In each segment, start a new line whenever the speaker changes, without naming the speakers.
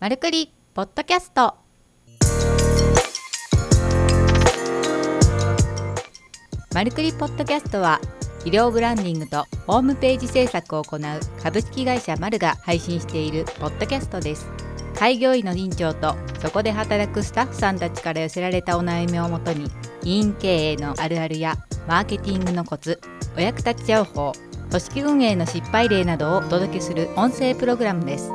マルクリポッドキャストマルクリポッドキャストは医療ブランディングとホームページ制作を行う株式会社マルが配信しているポッドキャストです開業医の院長とそこで働くスタッフさんたちから寄せられたお悩みをもとに医院経営のあるあるやマーケティングのコツお役立ち情報組織運営の失敗例などをお届けする音声プログラムです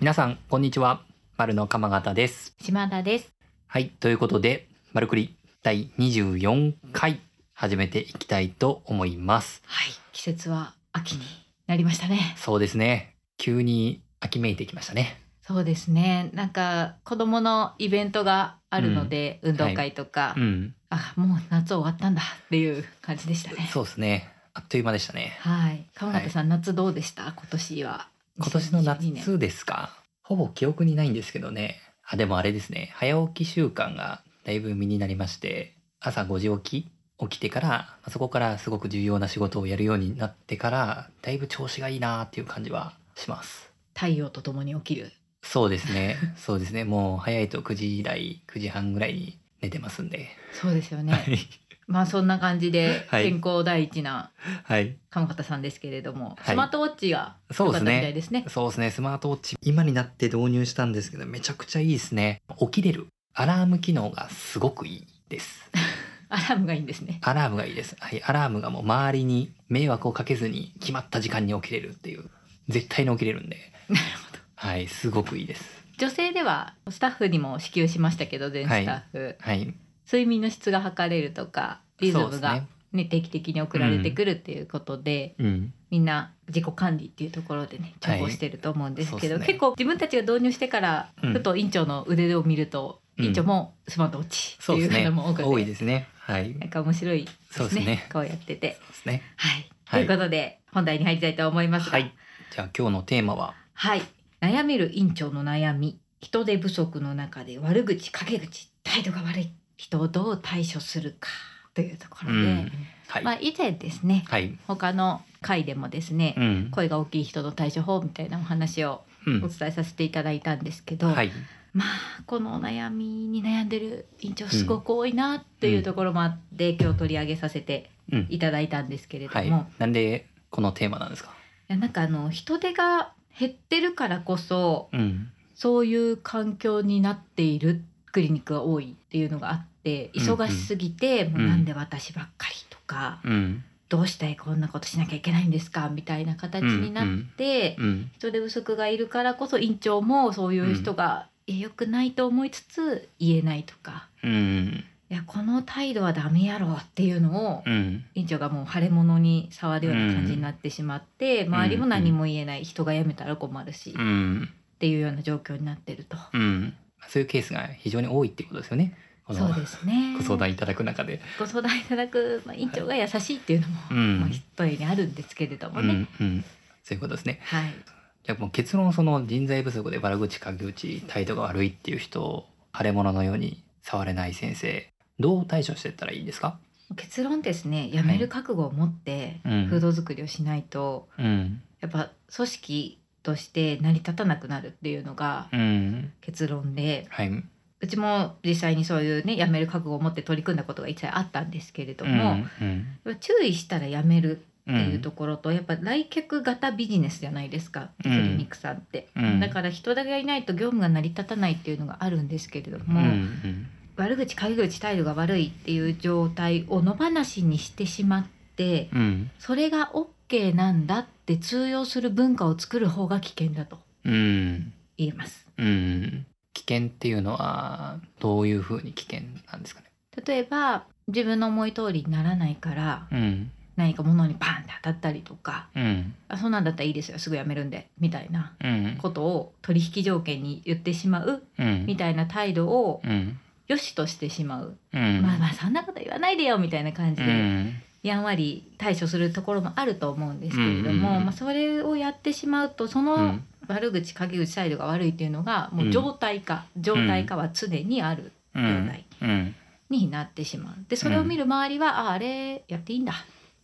皆さん、こんにちは。丸の鎌形です。
島田です
はい。ということで、丸くり第24回、始めていきたいと思います。
はい季節は秋になりましたね
そうですね。急に秋めいてきましたね。
そうですねなんか子どものイベントがあるので、運動会とか、
うん。
あもう夏終わったんだっていう感じでしたね
そうですね。あっという間でしたね。
はい川形さん、夏どうでした今年は
今年の
2022年
夏ですか。ほぼ記憶にないんですけどね。あ、でもあれですね。早起き習慣がだいぶ身になりまして、朝5時起き起きてから、まあそこからすごく重要な仕事をやるようになってから、だいぶ調子がいいなーっていう感じはします。
太陽とともに起きる
そうですね。そうですね。もう早いと9時以来、9時半ぐらいに寝てますんで。
そうですよ
は
ね
い。
まあそんな感じで
はい
健康第一な
はい。
川方さんですけれども、
い
スマートウォッチが
そう
良かった
です
みたい
ね。
ですね
そうですね。スマートウォッチ、今になって導入したんですけど、めちゃくちゃいいですね。起きれる。アラーム機能がすごくいいです。
アラームがいいんですね
アラームがいいです。はい。アラームがもう周りに迷惑をかけずに決まった時間に起きれるっていう。絶対に起きれるんで。
なる
ほど。はい。すごくいいです。
女性ではスタッフにも支給しましたけど全スタッフ、
はい。
睡眠の質が測れるとかリズ
そうで
ム
す
が、ね
ね。
定期的に送られてくるっていうことで、
うん。
みんな自己管理っていうところでね重宝してると思うんですけど、
はいそうっすね
結構自分たちが導入してから、
うん
ふと院長の腕を見ると、
うん
院長もスマートウォッチって
そう
い
で
う
すね。
方も多くて、
多いですね。はい。
なんか面白いです
そう
ね
ですね
こうやってて。
そうですね。
はい、
はい
ということで本題に入りたいと思いますが、
はい。じゃあ今日のテーマは、
はい悩める院長の悩み人手不足の中で悪口陰口態度が悪い人をどう対処するかというところで、
うんはい、
まあ、以前ですね
はい、
他の回でもですね、
うん、
声が大きい人の対処法みたいなお話を
う
お
ん、
伝えさせていただいたんですけど、
はい、
まあこのお悩みに悩んでる院長すごく多いなっていうところもあって、今日取り上げさせて
うん、
いただいたんですけれども、、
はいい、なんでこのテーマなんですか。
やなんかあの人手が減ってるからこそ
うん、
そういう環境になっているクリニックが多いっていうのがあって
うんうん
忙しすぎて、もううんなんで私ばっかりとか、
うん、
どうしてこんなことしなきゃいけないんですかみたいな形になって。
うん、
人手不足がいるからこそ院長もそういう人がいや良くないと思いつつ言えないとか、
うん、
いやこの態度はダメやろっていうのを
うん、
院長がもう腫れ物に触るような感じになってしまって、
ん
周りも何も言えない人が辞めたら困るし、
う
っ
ん、
ていうような状況になってると、
うん、そういうケースが非常に多いっていうことですよね。こ
そ
の
うですね
ご相談いただく中で、
ご相談いただく、まあ、院長が優しいっていうのも、
うん
まあ、一重にあるんですけれど
う
もね、
ん、うん、そういうことですね。
はい、
じゃあもう結論その人材不足で悪口陰口態度が悪いっていう人を腫れ物のように触れない先生、どう対処していったらいいですか。
結論ですね辞める覚悟を持って
うん
風土作りをしないと、
うん、
やっぱ組織として成り立たなくなるっていうのが
うん、
結論で、
はい、
うちも実際にそういうね辞める覚悟を持って取り組んだことが一切あったんですけれども、
うん、
注意したら辞める
う
って
ん、
いうところと、やっぱ来客型ビジネスじゃないですか、
う
ク
ん
リニックさんって、
うん
だから人手がいないと業務が成り立たないっていうのがあるんですけれども、
うんうん
悪口陰口態度が悪いっていう状態を野放しにしてしまって
うん
それが OK なんだって通用する文化を作る方が危険だと
うん
言えます。
うん危険っていうのはどういうふうに危険なんですかね。
例えば自分の思い通りにならないから
うん
何か物にバンって当たったりとか
うん
「あそんなんだったらいいですよすぐやめるんで」みたいな
うん
ことを取引条件に言ってしまう
うん
みたいな態度を
うん
良しとしてしまう、
うん
まあまあそんなこと言わないでよみたいな感じ
う
で
ん
やんわり対処するところもあると思うんですけれど
うんうん
も、
うん
まあ、それをやってしまうとそうの
ん
悪口陰口態度が悪いっていうのがもう状態化状態化は常にある
う
状
ん
態
うん
になってしまう。でそれを見る周りは、ああれやっていいんだ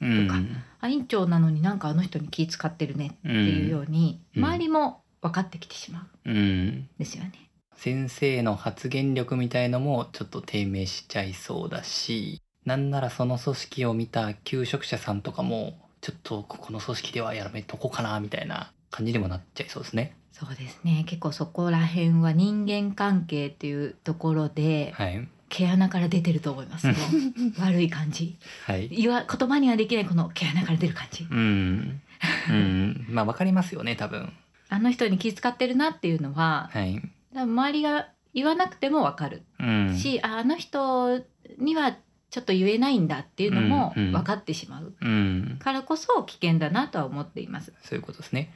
うん
とかあ院長なのになんかあの人に気使ってるねっていうように、
うん
周りも分かってきてしまうん
うん
ですよね。
先生の発言力みたいのもちょっと低迷しちゃいそうだしなんならその組織を見た求職者さんとかもちょっとここの組織ではやめとこうかなみたいな感じにもなっちゃいそうですね。
そうですね結構そこら辺は人間関係っていうところで
はい、
毛穴から出てると思います、もう悪い感じ
はい
言わ言葉にはできないこの毛穴から出る感じ
うん、 うん、まあわかりますよね多分
あの人に気遣ってるなっていうのは
はい、
多分周りが言わなくてもわかる
うん、
し、ああの人にはちょっと言えないんだっていうのも
うんうん
分かってしまう
うん、
からこそ危険だなとは思っています。
そういうことですね。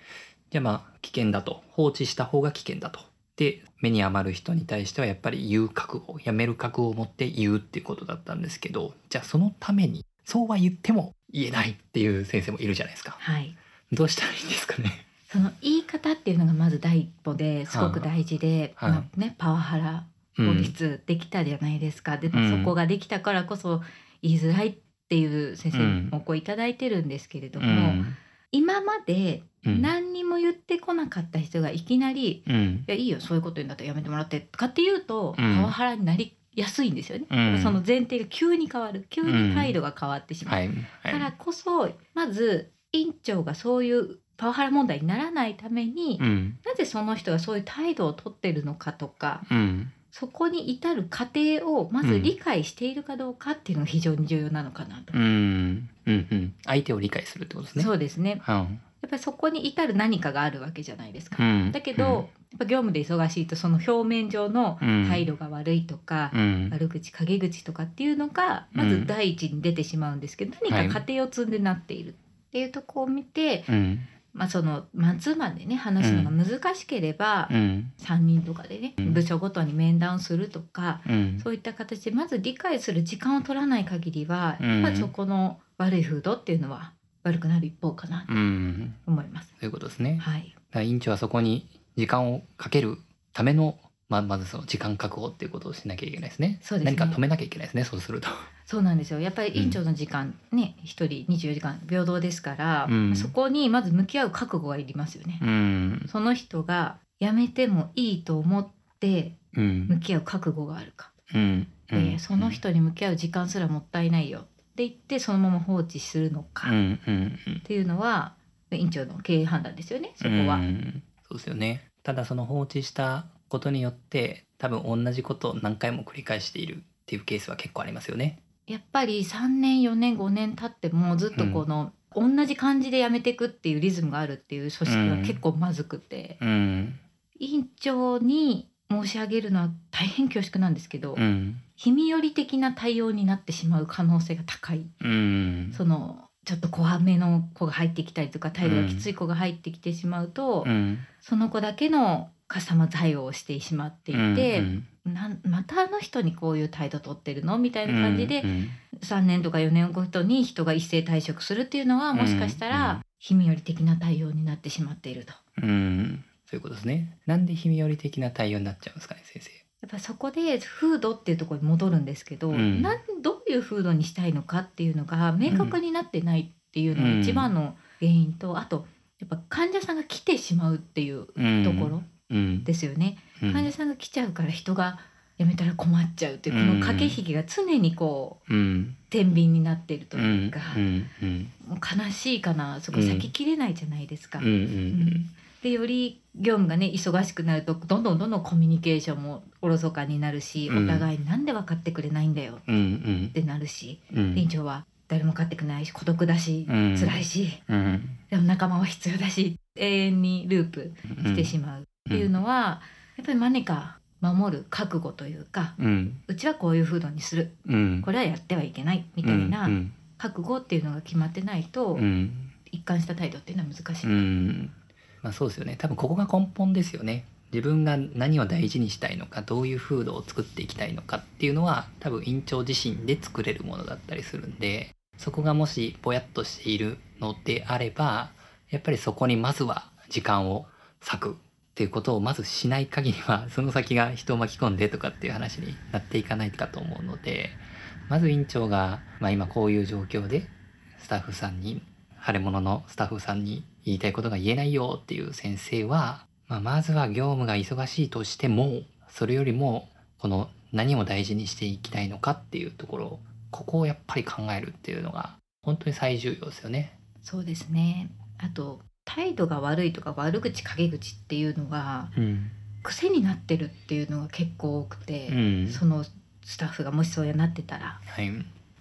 じゃあまあ危険だと放置した方が危険だと。で目に余る人に対してはやっぱり言う覚悟やめる覚悟を持って言うっていうことだったんですけどじゃあそのためにそうは言っても言えないっていう先生もいるじゃないですか。
はい
どうしたらいいんですかね。
その言い方っていうのがまず第一歩ですごく大事で、
はいはい
まあね、パワハラ
う
法
ん、
律できたじゃないですか、で
うん
そこができたからこそ言いづらいっていう先生にもこういただいてるんですけれど
う
も、
ん
今まで
うん
何にも言ってこなかった人がいきなり
うん
「いやいいよそういうこと言うんだったらやめてもらって」とかっていうと、
うん
パワハラになりやすいんですよね。
うん
その前提が急に変わる急に態度が変わってしまう、
はいはい
からこそまず院長がそういうパワハラ問題にならないために、
うん
なぜその人がそういう態度をとってるのかとか
うん
そこに至る過程をまず理解しているかどうかっていうのが非常に重要なのかなと。
うんうんうん相手を理解するってことですね。
そうですね
うん
やっぱりそこに至る何かがあるわけじゃないですか。
うん、
だけど、やっぱ業務で忙しいとその表面上の
うん
態度が悪いとか、
うん、
悪口陰口とかっていうのがま
う
ず
ん
第一に出てしまうんですけど、
はい
何か過程を積んでなっているっていうところを見て、
うん
まあ、そのマンツーマンでね話すのが難しければ、
うん
3人とかでね、
うん
部署ごとに面談をするとか、
うん
そういった形でまず理解する時間を取らない限りは、
うん
やっぱりそこの悪い風土っていうのは悪くなる一方かなと
うん
思います。
そういうことですね。
はい、
だから院長はそこに時間をかけるための、まあ、まずその時間確保っていうことをしなきゃいけないですね。
そうですね
何か止めなきゃいけないですね、そうすると。
そうなんですよやっぱり院長の時間、ね1人24時間平等ですから、
うん
そこにまず向き合う覚悟がいりますよね。
うん。
その人が辞めてもいいと思って
う
向
ん。
き合う覚悟があるか、
うん。
でその。人に向き合う時間すらもったいないよって言ってそのまま放置するの
う
かっ
ん。うん。うん
ていうのは院長の経営判断ですよねそこは
う。んそうですよね。ただその放置したことによって、多分同じことを何回も繰り返しているっていうケースは結構ありますよね。
やっぱり3年4年5年経ってもずっとこの、同じ感じでやめていくっていうリズムがあるっていう組織は結構まずくて、
うん。
委員長に申し上げるのは大変恐縮なんですけど、
うん。
日々より的な対応になってしまう可能性が高い
うん。
そのちょっと怖めの子が入ってきたりとか態度がきつい子が入ってきてしまうと、
うん。
その子だけのカスタマー対応をしてしまっていて、
うん
なんまたあの人にこういう態度取ってるのみたいな感じで、
うん
3年とか4年ごとに人が一斉退職するっていうのはもしかした
うんうん
ら日々より的な対応になってしまっていると。
うん。そういうことですね。なんで日々より的な対応になっちゃうんですかね、先生。
やっぱそこで風土っていうところに戻るんですけど、
うん
なんどういう風土にしたいのかっていうのが明確になってないっていうのが一番の原因と、あとやっぱ患者さんが来てしまうっていう
うん
ところ
うん
ですよね、
うん
患者さんが来ちゃうから人が辞めたら困っちゃうっていう
う
こ
ん
の駆け引きが常にこう
うん
天秤になっていると
う
いうんか、
うんうん
もう悲しいかなそこ先切れないじゃないですか。
うんう
うんんでより業務がね忙しくなるとどんどんどんどんコミュニケーションもおろそかになるし、
うん
お互いになんで分かってくれないんだよ
うんうん
ってなるし、
うんうん
院長は誰も分かってくれないし孤独だし、
うん
辛いし
うん
でも仲間は必要だし永遠にループ
う
し
ん
てしまうっていうのは、やっぱり何か守る覚悟というか
うん
うちはこういう風土にする
うん
これはやってはいけないみたいな
うん
覚悟っていうのが決まってないと、
うん
一貫した態度っていうのは難しい。
うんまあそうですよね多分ここが根本ですよね自分が何を大事にしたいのかどういう風土を作っていきたいのかっていうのは多分院長自身で作れるものだったりするんでそこがもしぼやっとしているのであればやっぱりそこにまずは時間を割くっていうことをまずしない限りはその先が人を巻き込んでとかっていう話になっていかないかと思うのでまず院長が、まあ、今こういう状況でスタッフさんに腫れ物のスタッフさんに言いたいことが言えないよっていう先生はまあ、まずは業務が忙しいとしてもそれよりもこの何を大事にしていきたいのかっていうところここをやっぱり考えるっていうのが本当に最重要ですよね。
そうですねあと態度が悪いとか悪口陰口っていうのが
うん
癖になってるっていうのが結構多く
う
て、
ん
そのスタッフがもしそうやなってたら
はい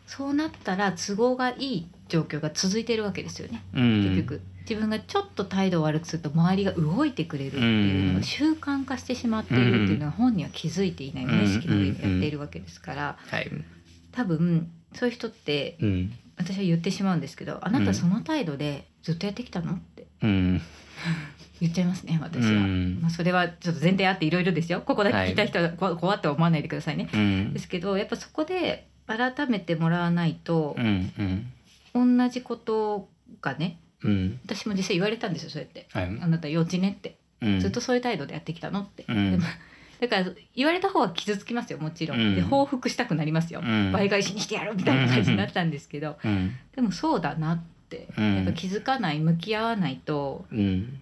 そうなったら都合がいい状況が続いてるわけですよね
うん
結局、自分がちょっと態度を悪くすると周りが動いてくれるっていうの
うん
が習慣化してしまっているっていうのは本人は気づいていない無意識の上でやっているわけですから
はい、
多分そういう人って
うん
私は言ってしまうんですけど「あな
うん
たその態度でずっとやってきたの?」って
うん
言っちゃいますね
う
私は。
ん
まあ、それはちょっと前提あっていろいろですよここだけ聞いた人はこ怖って思わないでくださいね。
うん
ですけどやっぱそこで改めてもらわないと
う、んうん
同じことがね
うん
私も実際言われたんですよそうやって
はい
「あなた幼稚ね」って
うん
ずっとそういう態度でやってきたのって、
うん
でもだから言われた方は傷つきますよもちろん、
うん
で報復したくなりますよ、
うん
倍返しにしてやるみたいな感じになったんですけど、
うん
でもそうだなって、
うん
やっぱ気づかない向き合わないと
うん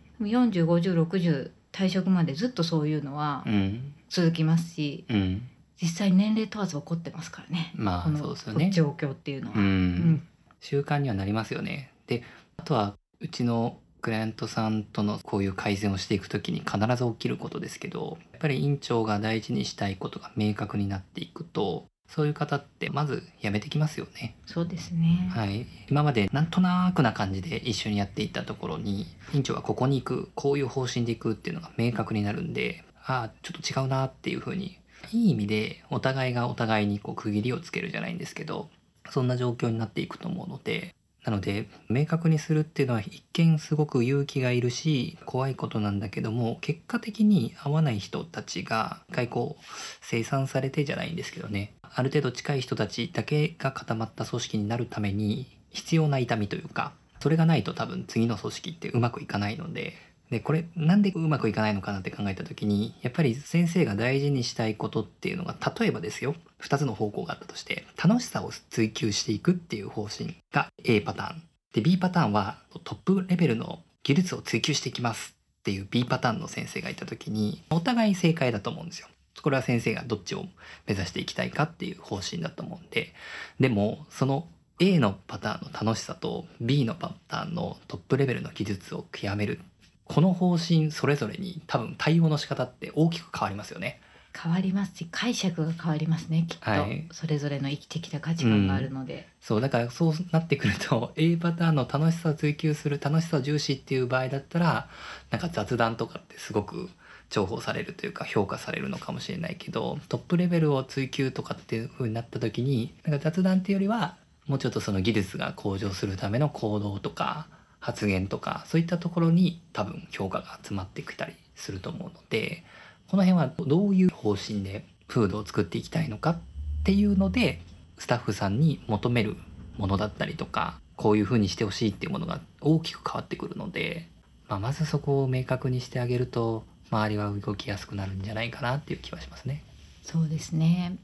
405060退職までずっとそういうのは
うん
続きますし
うん
実際年齢問わず起こってますからね、
ま
こ
あ
の
そうですよね。
状況っていうのは。
う
うんん
習慣にはなりますよね。であとはうちのクライアントさんとのこういう改善をしていく時に必ず起きることですけどやっぱり院長が大事にしたいことが明確になっていくとそういう方ってまずやめてきますよね。
そうですね、
はい、今までなんとなくな感じで一緒にやっていたところに院長はここに行くこういう方針で行くっていうのが明確になるんでああちょっと違うなっていうふうにいい意味でお互いがお互いにこう区切りをつけるじゃないんですけどそんな状況になっていくと思うのでなので明確にするっていうのは一見すごく勇気がいるし怖いことなんだけども結果的に合わない人たちが一回こう生産されてじゃないんですけどねある程度近い人たちだけが固まった組織になるために必要な痛みというかそれがないと多分次の組織ってうまくいかないのででこれなんでうまくいかないのかなって考えた時にやっぱり先生が大事にしたいことっていうのが例えばですよ2つの方向があったとして楽しさを追求していくっていう方針が A パターンで B パターンはトップレベルの技術を追求していきますっていう B パターンの先生がいた時にお互い正解だと思うんですよ。これは先生がどっちを目指していきたいかっていう方針だと思うんででもその A のパターンの楽しさと B のパターンのトップレベルの技術を極めるこの方針それぞれに多分対応の仕方って大きく変わりますよね。
変わりますし解釈が変わりますねきっと、
はい
それぞれの生きてきた価値観があるので、
そうだからそうなってくると A パターンの楽しさを追求する楽しさを重視っていう場合だったらなんか雑談とかってすごく重宝されるというか評価されるのかもしれないけどトップレベルを追求とかっていう風になった時になんか雑談っていうよりはもうちょっとその技術が向上するための行動とか発言とかそういったところに多分評価が集まってきたりすると思うのでこの辺はどういう方針で風土を作っていきたいのかっていうのでスタッフさんに求めるものだったりとかこういうふうにしてほしいっていうものが大きく変わってくるので、まあ、まずそこを明確にしてあげると周りは動きやすくなるんじゃないかなっていう気はしますね。
そうですね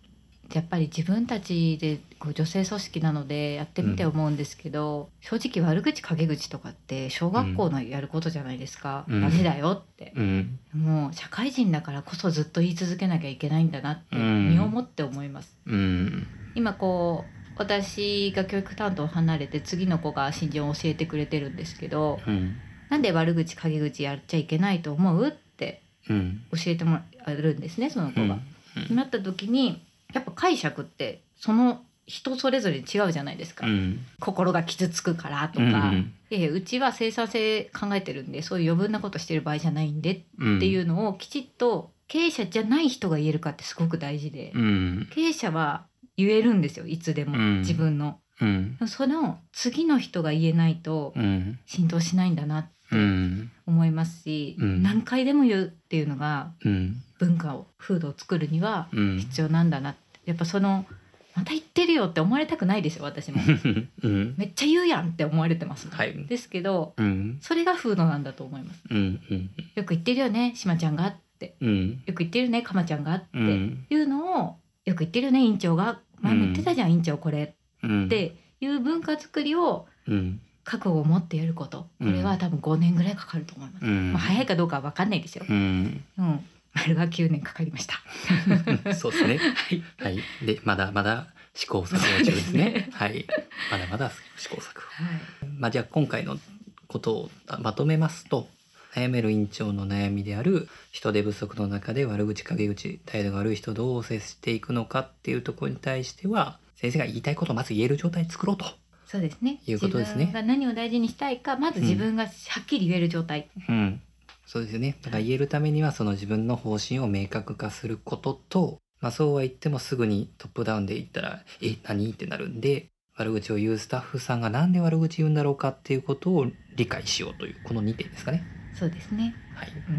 やっぱり自分たちでこう女性組織なのでやってみて思うんですけど、正直悪口陰口とかって小学校のやることじゃないですか、
うん
ダメだよって、
うん、
もう社会人だからこそずっと言い続けなきゃいけないんだなって
うん
身をもって思います、
うん、
今こう私が教育担当を離れて次の子が心情を教えてくれてるんですけど
うん、
なんで悪口陰口やっちゃいけないと思うって
うん、
教えてもらるんですねその子
う
が。
ん、
なった時にやっぱ解釈ってその人それぞれ違うじゃないですか、
うん、
心が傷つくからとか、
うん、
ええうちは生産性考えてるんでそういう余分なことしてる場合じゃないんでっ
うん、、
ていううのをきちっと経営者じゃない人が言えるかってすごく大事で、
うん、
経営者は言えるんですよいつでも、
うん
自分の
うん、
その次の人が言えないと
うん、
浸透しないんだなって
うん、
思いますし、
うん
何回でも言うっていうのが
うん、
文化を風土を作るには
うん、
必要なんだなってやっぱそのまた言ってるよって思われたくないですよ私 も
うん、
めっちゃ言うやんって思われてますもん、
はい、
ですけど
うん、
それが風土なんだと思います
うん、うん、
よく言ってるよねしまちゃんがって
うん、
よく言ってるねかまちゃんがって、
うん、
いうのをよく言ってるよね院長が前も言ってたじゃん、院長これ
うん、
っていう文化作りを
うん、
覚悟を持ってやることこれは多分5年ぐらいかかると思います、
うん
まあ、早いかどうかは分かんないですよ、
うん、
うん、丸が9年かかりました
そうですね。
はい
はい。で、まだまだ試行錯誤
そ
中です
うです
ね
ね。
はい。まだまだ試行錯誤。
はい
まあ、じゃあ今回のことをあまとめますと悩める院長の悩みである人手不足の中で悪口陰口態度が悪い人とどう接していくのかっていうところに対しては先生が言いたいことをまず言える状態作ろうと。
そうですね
いうことですね
自分が何を大事にしたいかまず自分がはっきり言える状態、
うん、そうですよね。だから言えるためにはその自分の方針を明確化することと、まあ、そうは言ってもすぐにトップダウンで言ったら「え何?」ってなるんで悪口を言うスタッフさんが何で悪口言うんだろうかっていうことを理解しようというこの2点ですかね。
そうですね、
はい、
うん、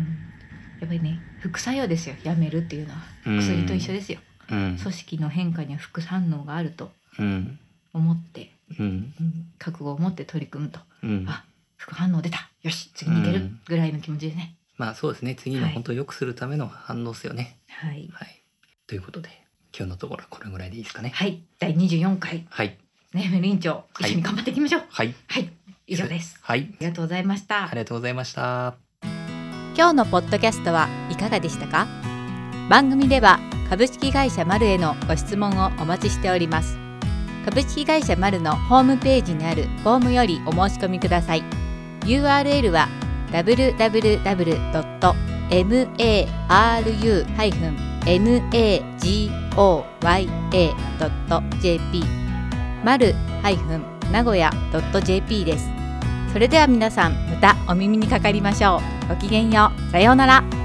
やっぱりね副作用ですよやめるっていうのは薬と一緒
で、
ですよ、
うん、
組織の変化には副反応があると
うん
思って、
うん
うん覚悟を持って取り組むと
うん
あ副反応出たよし次に行け
う
る
ん
ぐらいの気持ちですね、
まあそうですね次の
はい
本当良くするための反応ですよね。
はい
はい、ということで今日のところはこれぐらいでいいですかね。
はい第24回
はい
ねめる委員長
はい
一緒に頑張っていきましょう
はい、
はい、以上です
はい、
ありがとうございました
ありがとうございました。
今日のポッドキャストはいかがでしたか番組では株式会社マルへのご質問をお待ちしております株式会社マルのホームページにあるフォームよりお申し込みください URL は www.maru-nagoya.jp マル名古屋 .jp ですそれでは皆さんまたお耳にかかりましょうごきげんようさようなら